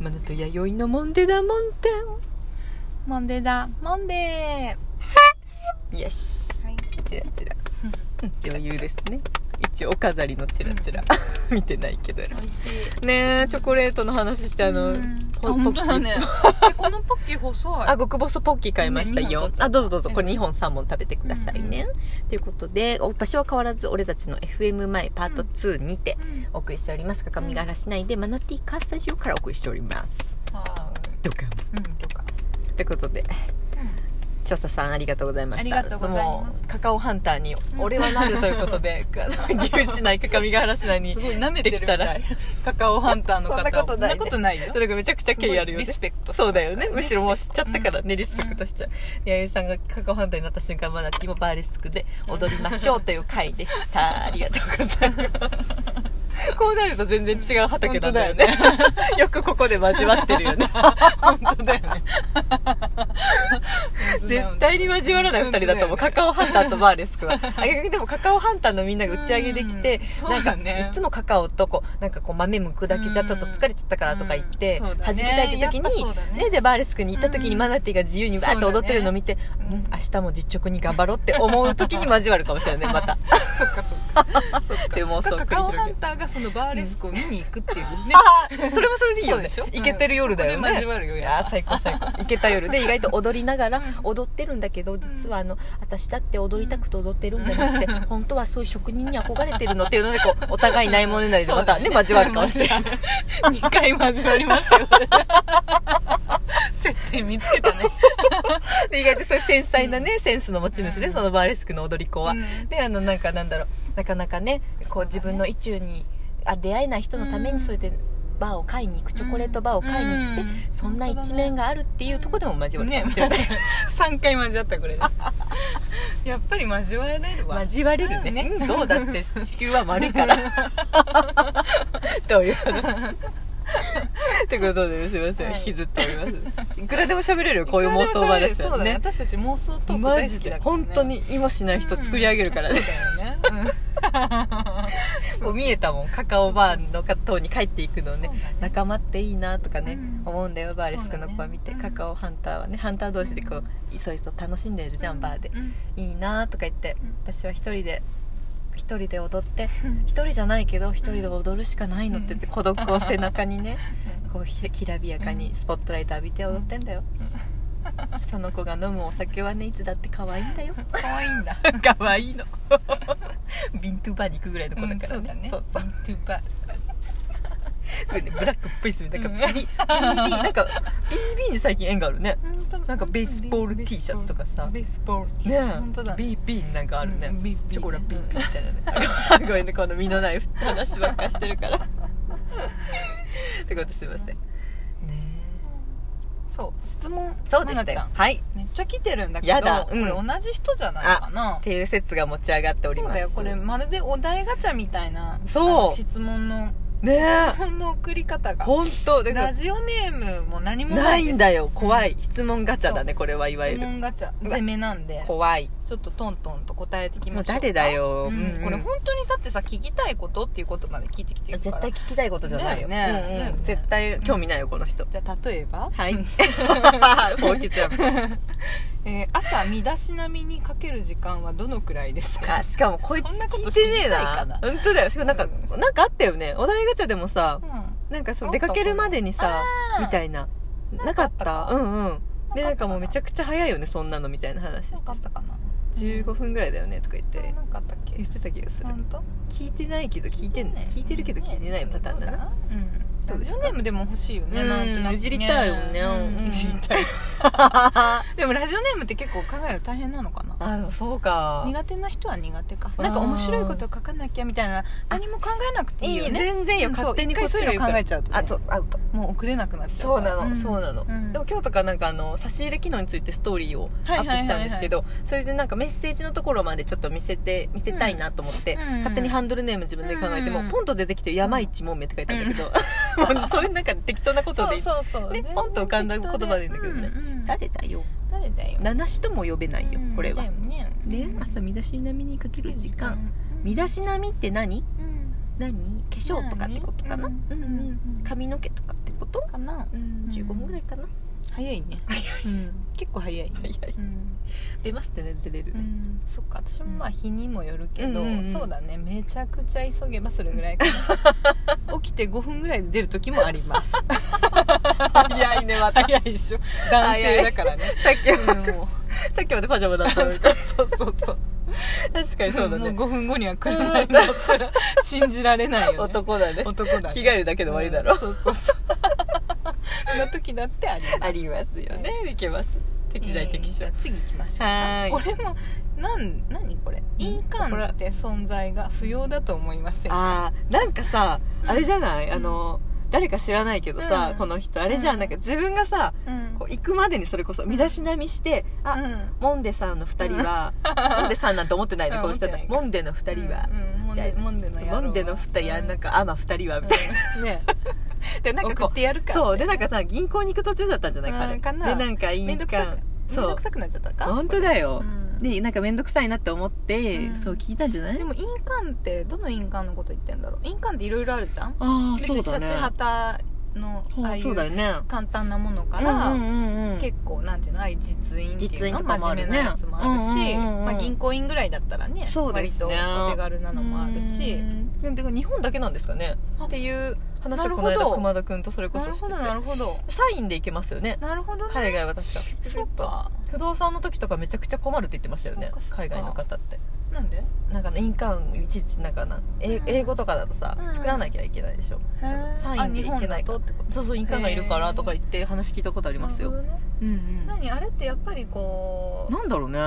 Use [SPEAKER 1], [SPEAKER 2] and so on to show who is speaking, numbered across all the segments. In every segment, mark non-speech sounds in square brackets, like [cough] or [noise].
[SPEAKER 1] マナと弥生のモンデダモンテ
[SPEAKER 2] モンデーだモンデ
[SPEAKER 1] ンよし
[SPEAKER 2] ーはい
[SPEAKER 1] チラチラうん余裕ですね一応お飾りのチラチラ見てないけど
[SPEAKER 2] [laughs] 美味しい
[SPEAKER 1] ねえチョコレートの話してあのポ
[SPEAKER 2] あ本
[SPEAKER 1] ポ
[SPEAKER 2] 当
[SPEAKER 1] ッキ
[SPEAKER 2] だ
[SPEAKER 1] ー
[SPEAKER 2] ねえこのポッキー細い
[SPEAKER 1] あ、極細ポッキー買いました
[SPEAKER 2] ね二本
[SPEAKER 1] よ
[SPEAKER 2] 取っ。ちゃった
[SPEAKER 1] あ、どうぞどうぞ。これ2本3本食べてくださいね
[SPEAKER 2] う。
[SPEAKER 1] ということで、お場所は変わらず、俺たちの FM 前パート2にて
[SPEAKER 2] うん
[SPEAKER 1] お送りしております。各務原市内でマナティーカースタジオからお送りしております。
[SPEAKER 2] は
[SPEAKER 1] ドカン
[SPEAKER 2] ーいうんとか
[SPEAKER 1] ということで、調査さんありがとうございました。
[SPEAKER 2] ありがとうございます
[SPEAKER 1] もうカカオハンターに俺はなるということ
[SPEAKER 2] [laughs]
[SPEAKER 1] で、牛市内、各務原市内に。
[SPEAKER 2] すごい舐めてるみた
[SPEAKER 1] で
[SPEAKER 2] いカカオハンターの方を
[SPEAKER 1] そんなことないね
[SPEAKER 2] そんなことないよ
[SPEAKER 1] とにかくめちゃくちゃ敬意あるよね
[SPEAKER 2] すごいリスペクト
[SPEAKER 1] そうだよねむしろもう知っちゃったから
[SPEAKER 2] ね
[SPEAKER 1] ねリスペクトしちゃう弥生さんが過去反対になった瞬間まだティモバーレスクで踊りましょうという回でした [laughs] ありがとうございますこうなると全然違う畑なんだよね [laughs] よくここで交わってる [laughs] よね
[SPEAKER 2] 本当だよね
[SPEAKER 1] 絶対に交わらない2人だと思うカカオハンターとバーレス [laughs] クはあ逆にでもカカオハンターのみんなが打ち上げできて
[SPEAKER 2] うんそう
[SPEAKER 1] なんか
[SPEAKER 2] だね
[SPEAKER 1] いつもカカオとこうなんかこう豆むくだけじゃちょっと疲れちゃったからとか言って
[SPEAKER 2] うんうんそうだね
[SPEAKER 1] 始めたいって時
[SPEAKER 2] やっぱそ
[SPEAKER 1] に
[SPEAKER 2] うだね
[SPEAKER 1] ねでバーレスクに行った時に
[SPEAKER 2] うん
[SPEAKER 1] マナティが自由にわーって
[SPEAKER 2] そうだね
[SPEAKER 1] 踊ってるの見て
[SPEAKER 2] う
[SPEAKER 1] う
[SPEAKER 2] ん
[SPEAKER 1] ん明日も実直に頑張ろうって思う時に [laughs] 交わるかもしれないまた
[SPEAKER 2] そっか
[SPEAKER 1] [laughs]
[SPEAKER 2] そっかそっか
[SPEAKER 1] っていう妄想を繰り広げる
[SPEAKER 2] カカオハンターがそのバーレスクを見に行くっていうね
[SPEAKER 1] あーそれもそれでいいよね
[SPEAKER 2] そうでしょ
[SPEAKER 1] いけてる夜だよ
[SPEAKER 2] うんそこで
[SPEAKER 1] ね
[SPEAKER 2] 交わるよ
[SPEAKER 1] い
[SPEAKER 2] や
[SPEAKER 1] や
[SPEAKER 2] っぱ
[SPEAKER 1] ー最高最高いけた夜
[SPEAKER 2] [laughs]
[SPEAKER 1] で意外と踊りながら踊ってるんだけど実はあの私だって踊りたくて踊ってるんじゃなくて本当はそういう職人に憧れてるのっていうのでこうお互いないものねなりでま
[SPEAKER 2] [laughs]
[SPEAKER 1] たね交わるかもしれない
[SPEAKER 2] 2回交わりましたよ接点見つ
[SPEAKER 1] [laughs]
[SPEAKER 2] けたね
[SPEAKER 1] で意外とそういう繊細なね、センスの持ち主で、そのバーレスクの踊り子は、
[SPEAKER 2] うん
[SPEAKER 1] であのなんかなんだろうなかなかねこう自分の意中にあ出会えない人のため
[SPEAKER 2] うん
[SPEAKER 1] にそうやってバーを買いに行くチョコレートバーを買いに行って、
[SPEAKER 2] うん
[SPEAKER 1] そんな
[SPEAKER 2] 本当だね
[SPEAKER 1] 一面があるっていうところでも交わるか
[SPEAKER 2] ね
[SPEAKER 1] もしれない、
[SPEAKER 2] 3回交わったこれでやっぱり交われるわ
[SPEAKER 1] 交われるね,、
[SPEAKER 2] ね
[SPEAKER 1] うんどうだって地球は丸いからという話ってことで、すみません、
[SPEAKER 2] はい
[SPEAKER 1] 引きずっておりますいくらでも喋れるよこういう妄想話
[SPEAKER 2] そう
[SPEAKER 1] は
[SPEAKER 2] だね
[SPEAKER 1] ね
[SPEAKER 2] 私たち妄想トーク
[SPEAKER 1] マ
[SPEAKER 2] 大好
[SPEAKER 1] ジ
[SPEAKER 2] きだから、
[SPEAKER 1] で
[SPEAKER 2] ね、
[SPEAKER 1] 本当に意もしない人作り上げるからね、
[SPEAKER 2] そうだよね、
[SPEAKER 1] もう見えたもんカカオバーの方に帰っていくのね
[SPEAKER 2] そうだね
[SPEAKER 1] 仲間っていいなとかね、
[SPEAKER 2] うん
[SPEAKER 1] 思うんだよバーレスクの子は見て、
[SPEAKER 2] そうだね
[SPEAKER 1] カ
[SPEAKER 2] うん
[SPEAKER 1] カオハンターはねハンター同士でこういそいそ楽しんでるじゃん、バーで
[SPEAKER 2] う、ん
[SPEAKER 1] いいなとか言って、
[SPEAKER 2] うん
[SPEAKER 1] 私は一人で一人で踊って
[SPEAKER 2] うん
[SPEAKER 1] 一人じゃないけど一人で踊るしかないのって言って孤独を背中にねこうひきらびやかにスポットライト浴びて踊ってんだよ、その子が飲むお酒はねいつだって可愛いんだよ
[SPEAKER 2] 可愛いんだ
[SPEAKER 1] [laughs] 可愛いのビントゥーバーに行くぐらいの子だからね、
[SPEAKER 2] うんそうだね
[SPEAKER 1] そうそう
[SPEAKER 2] トゥーバー
[SPEAKER 1] すごいねブラックっぽいっすねなんか
[SPEAKER 2] うん
[SPEAKER 1] BB なんか BB に最近縁があるねなんかベースボール T シャツとかさ
[SPEAKER 2] ベースボール T
[SPEAKER 1] ねえ
[SPEAKER 2] 本当だね
[SPEAKER 1] BB になんかあるね、
[SPEAKER 2] うん BB ね
[SPEAKER 1] チョコラ BB みたいなね [laughs] ごめんねこの身のない話ばっかしてるからってことですいませんね
[SPEAKER 2] そう質問
[SPEAKER 1] そうでした
[SPEAKER 2] まなちゃ
[SPEAKER 1] よ
[SPEAKER 2] ん
[SPEAKER 1] はい
[SPEAKER 2] めっちゃ来てるんだけど
[SPEAKER 1] やだうん
[SPEAKER 2] これ同じ人じゃないかな
[SPEAKER 1] っていう説が持ち上がっており
[SPEAKER 2] そう
[SPEAKER 1] ます
[SPEAKER 2] だよこれまるでお題ガチャみたいな
[SPEAKER 1] そう
[SPEAKER 2] あの質問の
[SPEAKER 1] ねえ
[SPEAKER 2] 質問の送り方が
[SPEAKER 1] 本当だか
[SPEAKER 2] ラ
[SPEAKER 1] ら
[SPEAKER 2] ジオネームも何もな
[SPEAKER 1] ない
[SPEAKER 2] で
[SPEAKER 1] い
[SPEAKER 2] す
[SPEAKER 1] んだよ怖い質問ガチャだね
[SPEAKER 2] そう
[SPEAKER 1] これはいわゆ
[SPEAKER 2] 質
[SPEAKER 1] る
[SPEAKER 2] 問ガチャ
[SPEAKER 1] うわ
[SPEAKER 2] 攻めなんで
[SPEAKER 1] 怖い
[SPEAKER 2] ちょっとトントンと答えてきましょう
[SPEAKER 1] もう
[SPEAKER 2] か
[SPEAKER 1] 誰だよ
[SPEAKER 2] うん
[SPEAKER 1] うんうん
[SPEAKER 2] これ本当にだってさ聞きたいことっていうことまで聞いてきてるか
[SPEAKER 1] 絶
[SPEAKER 2] ら
[SPEAKER 1] 対聞きたいことじゃないよ
[SPEAKER 2] だよね
[SPEAKER 1] うんうん
[SPEAKER 2] だよね
[SPEAKER 1] 絶対興味ないよこの人、
[SPEAKER 2] じゃあ例えば、
[SPEAKER 1] はい
[SPEAKER 2] [laughs] うん
[SPEAKER 1] コーヒージャンプ
[SPEAKER 2] えー朝身だしなみにかける時間はどのくらいですか
[SPEAKER 1] [laughs] あしかもこいつ
[SPEAKER 2] そんなこと
[SPEAKER 1] 聞いてねえ
[SPEAKER 2] 知りたいか
[SPEAKER 1] な
[SPEAKER 2] な
[SPEAKER 1] 本当だよしかもなんか、
[SPEAKER 2] う
[SPEAKER 1] なんかあったよねお題ガチャでもさ
[SPEAKER 2] うん
[SPEAKER 1] なんかそ
[SPEAKER 2] あ
[SPEAKER 1] の
[SPEAKER 2] っ
[SPEAKER 1] 出
[SPEAKER 2] たか
[SPEAKER 1] か
[SPEAKER 2] な
[SPEAKER 1] けるまでにさ
[SPEAKER 2] あー
[SPEAKER 1] みたいななかった
[SPEAKER 2] なんかあったか
[SPEAKER 1] うんうんで
[SPEAKER 2] な
[SPEAKER 1] なん
[SPEAKER 2] か
[SPEAKER 1] か
[SPEAKER 2] あったかなん
[SPEAKER 1] もうめちゃくちゃ早いよねそんなのみたいな話して
[SPEAKER 2] なんかあったかな
[SPEAKER 1] 15分ぐらいだよねとか言っ
[SPEAKER 2] あ
[SPEAKER 1] て
[SPEAKER 2] なんかあったっけ
[SPEAKER 1] 言ってた気がする
[SPEAKER 2] 本当
[SPEAKER 1] 聞いてないけど聞いてん
[SPEAKER 2] ね
[SPEAKER 1] 聞いてるけど聞いてないパターンだな
[SPEAKER 2] うん
[SPEAKER 1] どう
[SPEAKER 2] ラ
[SPEAKER 1] ですか
[SPEAKER 2] ジオネームでも欲しいよね
[SPEAKER 1] うん
[SPEAKER 2] なんとなくね
[SPEAKER 1] いじりたいよね
[SPEAKER 2] うん
[SPEAKER 1] うん
[SPEAKER 2] いじりたい [laughs] でもラジオネームって結構考えるの大変なのかな
[SPEAKER 1] あでもそうか
[SPEAKER 2] 苦手な人は苦手か
[SPEAKER 1] あー
[SPEAKER 2] なんか面白いこと書かなきゃみたいな何も考えなくていいよ
[SPEAKER 1] いい
[SPEAKER 2] ね
[SPEAKER 1] 全然よ
[SPEAKER 2] うんそう
[SPEAKER 1] 勝手にこっち
[SPEAKER 2] 一回そういうの考えちゃうとね
[SPEAKER 1] あとアウト
[SPEAKER 2] もう送れなくなっちゃう
[SPEAKER 1] そうなの、
[SPEAKER 2] ん
[SPEAKER 1] そうなの、
[SPEAKER 2] ん
[SPEAKER 1] でも今日とかなんかあの差し入れ機能についてストーリーをア
[SPEAKER 2] はいはい
[SPEAKER 1] ッ
[SPEAKER 2] は
[SPEAKER 1] プ
[SPEAKER 2] いは
[SPEAKER 1] し
[SPEAKER 2] い
[SPEAKER 1] たんですけどそれでなんかメッセージのところまでちょっと見せて見せたいなと思って、
[SPEAKER 2] うん
[SPEAKER 1] 勝手にハンドルネーム自分で考えても、
[SPEAKER 2] うん
[SPEAKER 1] ポンと出てきて「山一もめ」って書いてあるんだけど、 [laughs] もうそういうなんか適当なこと
[SPEAKER 2] そ
[SPEAKER 1] で
[SPEAKER 2] うそうそう
[SPEAKER 1] ねポンと浮かんだ言葉でいいんだけどね
[SPEAKER 2] うんうん
[SPEAKER 1] 誰だよ
[SPEAKER 2] 誰だよ
[SPEAKER 1] 七しとも呼べないよこれは、
[SPEAKER 2] だよね
[SPEAKER 1] ね
[SPEAKER 2] うん
[SPEAKER 1] 朝身だしなみにかける時間身だしなみって何
[SPEAKER 2] うん
[SPEAKER 1] 何化粧とかってことかな、
[SPEAKER 2] 何
[SPEAKER 1] うんうん
[SPEAKER 2] うん
[SPEAKER 1] 髪の毛とかってこととかな
[SPEAKER 2] うん
[SPEAKER 1] 15分ぐらいかな
[SPEAKER 2] 早いねうん結構早いね
[SPEAKER 1] 早い
[SPEAKER 2] うん
[SPEAKER 1] 出ますってね出れる
[SPEAKER 2] う
[SPEAKER 1] ね、
[SPEAKER 2] んそっか私もまあ日にもよるけど、
[SPEAKER 1] うんうんうん
[SPEAKER 2] そうだねめちゃくちゃ急げばそれぐらいか
[SPEAKER 1] [laughs]
[SPEAKER 2] な起きて5分ぐらいで出る時もあります
[SPEAKER 1] 早いねまた
[SPEAKER 2] 早いでしょ男性だからね
[SPEAKER 1] さっきは
[SPEAKER 2] うんもう
[SPEAKER 1] さっきまでパジャマだったのに
[SPEAKER 2] そうそうそう
[SPEAKER 1] 確かにそうだね
[SPEAKER 2] [laughs] もう5分後には車に乗ったら信じられないよね
[SPEAKER 1] 男だね
[SPEAKER 2] 男だね
[SPEAKER 1] 着替えるだけで終わりだろ、
[SPEAKER 2] うんそうそうそうそんな時だってあります
[SPEAKER 1] [laughs] ありますよねいけます適材適
[SPEAKER 2] えーじ
[SPEAKER 1] 所
[SPEAKER 2] ゃあ次行きましょうか
[SPEAKER 1] はーい
[SPEAKER 2] これもなん何これ印
[SPEAKER 1] これ
[SPEAKER 2] 鑑って存在が不要だと思いませんか
[SPEAKER 1] あーなんかさあれじゃないあの誰か知らないけどさ、
[SPEAKER 2] うん
[SPEAKER 1] この人あれじゃ
[SPEAKER 2] うんん
[SPEAKER 1] なんか自分がさ
[SPEAKER 2] うん
[SPEAKER 1] こう行くまでにそれこそ身だしなみして、あ、
[SPEAKER 2] うん
[SPEAKER 1] モンデさんの2人は、 [laughs] モンデさんなんて思ってないね
[SPEAKER 2] うん
[SPEAKER 1] この人
[SPEAKER 2] 思ってな
[SPEAKER 1] モ
[SPEAKER 2] い
[SPEAKER 1] ンデの2人は、
[SPEAKER 2] うんモンデモンデの野郎は
[SPEAKER 1] モンデの2人は、なんかアマ2人はみたいな、
[SPEAKER 2] うんね
[SPEAKER 1] でなんか
[SPEAKER 2] [laughs] 送
[SPEAKER 1] こ
[SPEAKER 2] っ
[SPEAKER 1] う
[SPEAKER 2] てやるか
[SPEAKER 1] そうでなんかさ銀行に行く途中だったんじゃない彼
[SPEAKER 2] うんかな
[SPEAKER 1] でなんか印
[SPEAKER 2] 面倒くさ
[SPEAKER 1] 鑑
[SPEAKER 2] く面
[SPEAKER 1] そ
[SPEAKER 2] 倒
[SPEAKER 1] う
[SPEAKER 2] くさくなっちゃったか
[SPEAKER 1] 本当だよ、
[SPEAKER 2] うん
[SPEAKER 1] でなんか面倒くさいなって思って、
[SPEAKER 2] うん
[SPEAKER 1] そう聞いたんじゃない
[SPEAKER 2] でも印鑑ってどの印鑑のこと言ってんだろう印鑑っていろいろあるじゃん
[SPEAKER 1] ああ
[SPEAKER 2] 別
[SPEAKER 1] そ
[SPEAKER 2] に
[SPEAKER 1] う
[SPEAKER 2] シ
[SPEAKER 1] だ
[SPEAKER 2] ャ
[SPEAKER 1] ね
[SPEAKER 2] チハタのああい
[SPEAKER 1] そうだよ
[SPEAKER 2] う
[SPEAKER 1] ね
[SPEAKER 2] 簡単なものから、
[SPEAKER 1] うんうんうん
[SPEAKER 2] 結構なんていうのああいう実印って
[SPEAKER 1] 実印
[SPEAKER 2] いうの
[SPEAKER 1] とかもあ
[SPEAKER 2] 真
[SPEAKER 1] るね
[SPEAKER 2] 面目なやつもあるし、
[SPEAKER 1] うんうんうんうん
[SPEAKER 2] まあ、銀行員ぐらいだったらね
[SPEAKER 1] そうで
[SPEAKER 2] 割
[SPEAKER 1] すね
[SPEAKER 2] とお手軽なのもあるし
[SPEAKER 1] うんで日本だけなんですかね
[SPEAKER 2] あ
[SPEAKER 1] っていう話
[SPEAKER 2] な
[SPEAKER 1] を
[SPEAKER 2] る
[SPEAKER 1] こ
[SPEAKER 2] ほ
[SPEAKER 1] の
[SPEAKER 2] ど
[SPEAKER 1] 間熊田君とそれこ
[SPEAKER 2] な
[SPEAKER 1] そ
[SPEAKER 2] る
[SPEAKER 1] して
[SPEAKER 2] ほ
[SPEAKER 1] て
[SPEAKER 2] どなるほど
[SPEAKER 1] サインで行けますよね
[SPEAKER 2] なるほどね
[SPEAKER 1] 海外は確か
[SPEAKER 2] そっか
[SPEAKER 1] 不動産の時とかめちゃくちゃ困るって言ってましたよね
[SPEAKER 2] そっかそっか
[SPEAKER 1] 海外の方って
[SPEAKER 2] なんで
[SPEAKER 1] なんかね印鑑いちいちなんかな英
[SPEAKER 2] うん
[SPEAKER 1] 英語とかだとさ
[SPEAKER 2] うん
[SPEAKER 1] 作らなきゃいけないでしょサインでいけない
[SPEAKER 2] あ日本だとってこと
[SPEAKER 1] そうそう印鑑がいるからとか言って話聞いたことありますよ
[SPEAKER 2] なるほどね
[SPEAKER 1] うんうん
[SPEAKER 2] 何あれってやっぱりこ
[SPEAKER 1] なんだろうね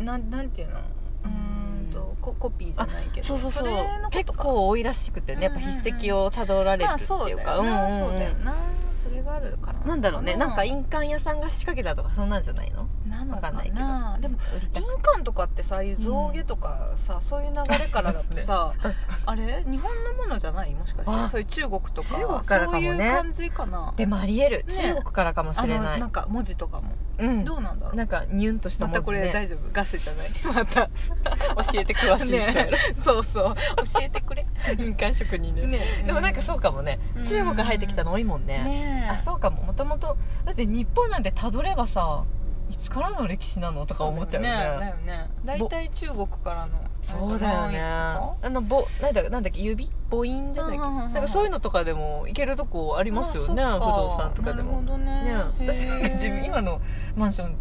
[SPEAKER 2] うなんなんていうのうーんとココピーじゃないけど
[SPEAKER 1] そうそうそう
[SPEAKER 2] れのこと
[SPEAKER 1] 結構多いらしくてねやっぱ
[SPEAKER 2] うんうんうん
[SPEAKER 1] 筆跡をたどられる
[SPEAKER 2] まあ
[SPEAKER 1] って
[SPEAKER 2] そう
[SPEAKER 1] い
[SPEAKER 2] だ
[SPEAKER 1] う
[SPEAKER 2] よ
[SPEAKER 1] か
[SPEAKER 2] な、
[SPEAKER 1] んんん
[SPEAKER 2] そうだよなそれがあるから
[SPEAKER 1] なんだろうねなんか印鑑屋さんが仕掛けたとかそんなんじゃないの
[SPEAKER 2] なのか
[SPEAKER 1] わかんな
[SPEAKER 2] ない
[SPEAKER 1] けど
[SPEAKER 2] でも
[SPEAKER 1] 売りた
[SPEAKER 2] 印
[SPEAKER 1] く
[SPEAKER 2] 鑑とかってさああいう象牙とかさ、そういう流れからだとさ、あれ日本のものじゃないもしかして
[SPEAKER 1] あ
[SPEAKER 2] そういう中国とか
[SPEAKER 1] 中国からかもね
[SPEAKER 2] そういう感じかな
[SPEAKER 1] でもありえる
[SPEAKER 2] ね
[SPEAKER 1] 中国からかもし
[SPEAKER 2] あ
[SPEAKER 1] れ
[SPEAKER 2] の
[SPEAKER 1] ない
[SPEAKER 2] なんか文字とかも、
[SPEAKER 1] うん
[SPEAKER 2] どうなんだろう
[SPEAKER 1] なんかニュンとした
[SPEAKER 2] ま
[SPEAKER 1] 文
[SPEAKER 2] た
[SPEAKER 1] 字
[SPEAKER 2] これ
[SPEAKER 1] ね
[SPEAKER 2] 大丈夫ガセじ
[SPEAKER 1] [laughs]
[SPEAKER 2] ゃないまた
[SPEAKER 1] 教えて詳しい人やろ
[SPEAKER 2] ねそうそう教えてくれ
[SPEAKER 1] 印鑑職人ね
[SPEAKER 2] ね
[SPEAKER 1] でもなんかそううかもね
[SPEAKER 2] うん
[SPEAKER 1] 中国から入ってきたの多いもんね
[SPEAKER 2] ね
[SPEAKER 1] あ
[SPEAKER 2] う
[SPEAKER 1] そうかももともとだって日本なんてたどればさいつからの歴史なのとか思っちゃうよ
[SPEAKER 2] だよ
[SPEAKER 1] ね
[SPEAKER 2] ねだよね大体中国からの
[SPEAKER 1] そうだよねあのぼなんだなんだっけ指母音じゃないっけ
[SPEAKER 2] な
[SPEAKER 1] なんかそういう
[SPEAKER 2] の
[SPEAKER 1] のとかでも行けるとこあり
[SPEAKER 2] あ
[SPEAKER 1] ますよ
[SPEAKER 2] そっ
[SPEAKER 1] ね不動産とかでも
[SPEAKER 2] なるほどね
[SPEAKER 1] ね私
[SPEAKER 2] へー
[SPEAKER 1] 自分今のマンション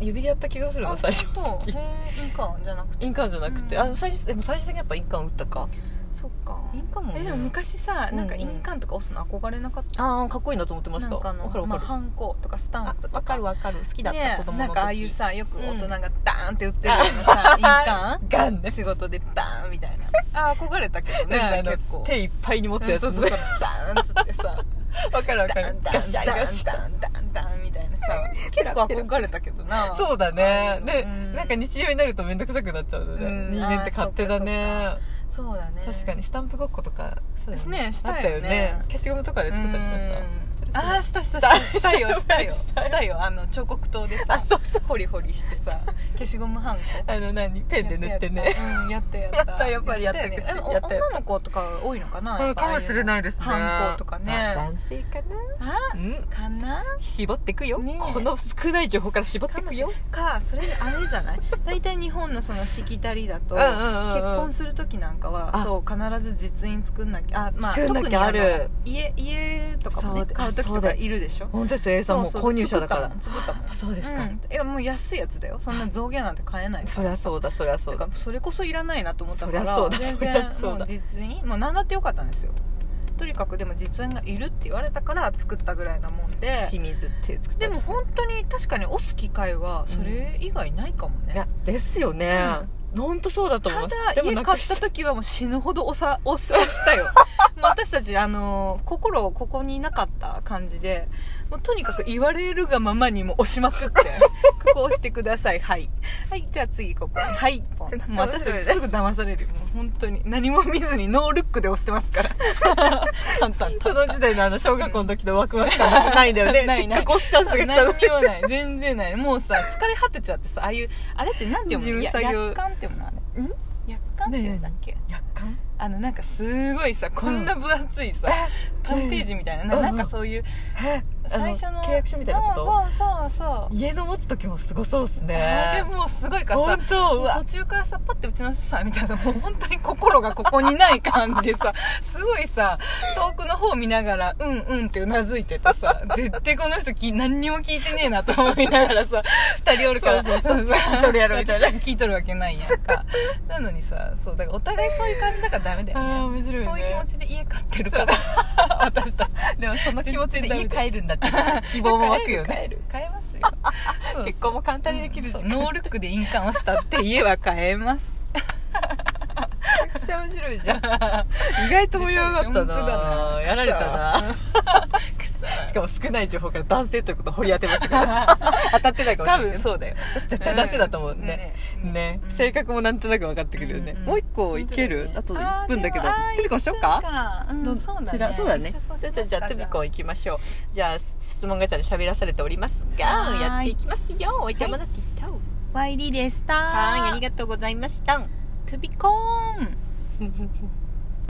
[SPEAKER 1] 指でやった気がするの最初
[SPEAKER 2] あ本当へー印鑑じゃなくて
[SPEAKER 1] 印鑑じゃなくて、
[SPEAKER 2] うん
[SPEAKER 1] あの最初でも最終的にやっぱ印鑑打ったか
[SPEAKER 2] そっか
[SPEAKER 1] 印鑑もね
[SPEAKER 2] えでも昔さなんか
[SPEAKER 1] うんうん
[SPEAKER 2] 印鑑とか押すの憧れなかった
[SPEAKER 1] ああかっこいいなと思ってました
[SPEAKER 2] なん
[SPEAKER 1] わ
[SPEAKER 2] か
[SPEAKER 1] か
[SPEAKER 2] あの
[SPEAKER 1] るわ
[SPEAKER 2] まあ、
[SPEAKER 1] か
[SPEAKER 2] ハンコとかスタ
[SPEAKER 1] る
[SPEAKER 2] ンプとか
[SPEAKER 1] わかるわかる好きだった、
[SPEAKER 2] ね
[SPEAKER 1] 子供の時
[SPEAKER 2] なんかああいうさよく大人がダーンって売ってるような
[SPEAKER 1] あ
[SPEAKER 2] さ、印鑑
[SPEAKER 1] ガンね
[SPEAKER 2] 仕事でバーンみたいなあ憧れたけどね
[SPEAKER 1] なんかあ
[SPEAKER 2] 結
[SPEAKER 1] の
[SPEAKER 2] 構
[SPEAKER 1] 手いっぱいに持つやつ
[SPEAKER 2] そうそうそうバーンっつってさ
[SPEAKER 1] わかるわ
[SPEAKER 2] ダ
[SPEAKER 1] かる
[SPEAKER 2] ンダン
[SPEAKER 1] ガシャン
[SPEAKER 2] ダン
[SPEAKER 1] ガシャン
[SPEAKER 2] ダンダンダンみたいなさ
[SPEAKER 1] ペ
[SPEAKER 2] 結
[SPEAKER 1] ラ
[SPEAKER 2] 構
[SPEAKER 1] ペラ
[SPEAKER 2] 憧れたけどな
[SPEAKER 1] そうだねで、
[SPEAKER 2] うん
[SPEAKER 1] なんか日常になると面倒くさくなっちゃうので、
[SPEAKER 2] うん
[SPEAKER 1] 人間って勝手だね
[SPEAKER 2] そうだね
[SPEAKER 1] 確かにスタンプごっことかそうだ
[SPEAKER 2] ねしたよ
[SPEAKER 1] あ
[SPEAKER 2] ね
[SPEAKER 1] ったよね消しゴムとかで作ったりしました
[SPEAKER 2] うん
[SPEAKER 1] それそれ
[SPEAKER 2] ああしたしたしたしたよしたよ
[SPEAKER 1] したよ
[SPEAKER 2] したよあの彫刻刀でさ
[SPEAKER 1] あそうそう
[SPEAKER 2] ホリホリしてさ消しゴムハンコ
[SPEAKER 1] あの何ペンで塗って
[SPEAKER 2] や
[SPEAKER 1] ね
[SPEAKER 2] たやたうんやった
[SPEAKER 1] [laughs]
[SPEAKER 2] や
[SPEAKER 1] やったやっぱりやった
[SPEAKER 2] よね
[SPEAKER 1] 口
[SPEAKER 2] でもお
[SPEAKER 1] やったやった
[SPEAKER 2] 女の子とか多いのかな
[SPEAKER 1] うんかもしれないですね
[SPEAKER 2] ハンコとかね
[SPEAKER 1] あ男性かな
[SPEAKER 2] あ
[SPEAKER 1] うん
[SPEAKER 2] かな
[SPEAKER 1] 絞ってくよ、
[SPEAKER 2] ねえ
[SPEAKER 1] この少ない情報から絞って
[SPEAKER 2] かも
[SPEAKER 1] く
[SPEAKER 2] しれ
[SPEAKER 1] よ
[SPEAKER 2] ないかそれあれじゃ
[SPEAKER 1] [laughs]
[SPEAKER 2] ない大体日本のそのしきたりだと
[SPEAKER 1] うんうんうんうん
[SPEAKER 2] 結婚する時なんかは
[SPEAKER 1] あ
[SPEAKER 2] そう必ず実印作んなきゃあまあ
[SPEAKER 1] 作んなきゃある
[SPEAKER 2] 特にの家家とかもね
[SPEAKER 1] そう
[SPEAKER 2] 買う時
[SPEAKER 1] そう
[SPEAKER 2] と
[SPEAKER 1] だよ
[SPEAKER 2] かいるでしょ
[SPEAKER 1] 本当ですよ A さんもう購入者だから
[SPEAKER 2] 作ったもん作ったもん
[SPEAKER 1] そうですか、
[SPEAKER 2] うんいやもう安いやつだよそんな造形なんて買えない
[SPEAKER 1] そりゃそうだそりゃそう
[SPEAKER 2] て
[SPEAKER 1] だ
[SPEAKER 2] かそれこそいらないなと思った
[SPEAKER 1] そ
[SPEAKER 2] か
[SPEAKER 1] りゃ
[SPEAKER 2] ら
[SPEAKER 1] そうだ
[SPEAKER 2] 全
[SPEAKER 1] そりゃ
[SPEAKER 2] 然
[SPEAKER 1] そうだ
[SPEAKER 2] もう実印もう何だってよかったんですよとにかくでも実印がいるって言われたから作ったぐらいなもんで
[SPEAKER 1] 清水って作った
[SPEAKER 2] で
[SPEAKER 1] ん
[SPEAKER 2] も
[SPEAKER 1] すね
[SPEAKER 2] 本当に確かに押す機会はそれ以外ないかもね、
[SPEAKER 1] いやですよね、本当そうだと思
[SPEAKER 2] た
[SPEAKER 1] う
[SPEAKER 2] だ家
[SPEAKER 1] な
[SPEAKER 2] 買った時はもう死ぬほど押さ押す押した [laughs] よもう私たちあの心をここになかった感じでもうとにかく言われるがままにもう押しま [laughs] くってここ押してくださいはいはいじゃあ次ここに [laughs] はいポンもう私たちすぐ騙されるよもう本当に何も見ずにノールックで押してますからタンタンタン
[SPEAKER 1] その時代のあの小学校の時のワクワク感がないんだよね
[SPEAKER 2] ないない
[SPEAKER 1] せっかく押すチャンスが来たの
[SPEAKER 2] 何にもない全然ないもうさ疲れ果てちゃってさああいうあれってなんて読む
[SPEAKER 1] 事務
[SPEAKER 2] のや
[SPEAKER 1] 作業
[SPEAKER 2] やっかんって読むのあれ
[SPEAKER 1] ん
[SPEAKER 2] やっかんって言うんだっけ、
[SPEAKER 1] やっかん
[SPEAKER 2] あのなんかすごいさこんな分厚いさ、
[SPEAKER 1] [laughs]
[SPEAKER 2] パンページみたいな、な
[SPEAKER 1] うん
[SPEAKER 2] なんかそういう
[SPEAKER 1] あの
[SPEAKER 2] 最初の
[SPEAKER 1] 契約書みたいなこと
[SPEAKER 2] そうそうそうそう
[SPEAKER 1] 家の持つ時もすごそうっす
[SPEAKER 2] あれ
[SPEAKER 1] ね
[SPEAKER 2] もうすごいからさ
[SPEAKER 1] 本当うわ
[SPEAKER 2] 途中からさパッてうちの人さみたいな [laughs] もう本当に心がここにない感じでさすごいさ遠くの方見ながらうんうんってうなずいててさ絶対この人き何にも聞いてねえなと思いながらさ2人おるから
[SPEAKER 1] そうそうそうそう聞いとるやろみたいな
[SPEAKER 2] 聞いとるわけないやんかなのにさそうだからお互いそういう感じだからダメだよね
[SPEAKER 1] あー面白いね
[SPEAKER 2] そういう気持ちで家買ってるから私たち
[SPEAKER 1] でもその気持ちで家帰るんだって希
[SPEAKER 2] 希
[SPEAKER 1] 望も湧くよね
[SPEAKER 2] 買える買える買えますよそうそう
[SPEAKER 1] 結婚も簡単にできるし、
[SPEAKER 2] そう
[SPEAKER 1] めっ
[SPEAKER 2] ノールックで印鑑をしたって家は買えます
[SPEAKER 1] ちゃ面白いじゃん [laughs] 意外と盛り上がった
[SPEAKER 2] 本当だ
[SPEAKER 1] な
[SPEAKER 2] な
[SPEAKER 1] やられたな
[SPEAKER 2] く
[SPEAKER 1] [laughs]
[SPEAKER 2] そ
[SPEAKER 1] しかも少ない情報から男性ということを掘り当てましたから [laughs] 当たってないかもし
[SPEAKER 2] 多
[SPEAKER 1] れないけ
[SPEAKER 2] 分
[SPEAKER 1] ど
[SPEAKER 2] そうだよ
[SPEAKER 1] 私絶対男性だと思うね,、
[SPEAKER 2] うん
[SPEAKER 1] ね
[SPEAKER 2] うん
[SPEAKER 1] 性格もなんとなく分かってくるよね、もう一個いける、あと1分だけどトリコしようか
[SPEAKER 2] うんそうだね
[SPEAKER 1] ちらそうだね
[SPEAKER 2] 一応そうし
[SPEAKER 1] じゃ
[SPEAKER 2] ま
[SPEAKER 1] あ
[SPEAKER 2] す
[SPEAKER 1] じゃあじゃ
[SPEAKER 2] か
[SPEAKER 1] あトリコ行きましょうじゃあ質問ガチャで喋らされておりますが
[SPEAKER 2] はーい
[SPEAKER 1] やっていきますよおいてもらっていったは
[SPEAKER 2] YD でし
[SPEAKER 1] [laughs]
[SPEAKER 2] た
[SPEAKER 1] ーいありがとうございました
[SPEAKER 2] とびこーん
[SPEAKER 1] うん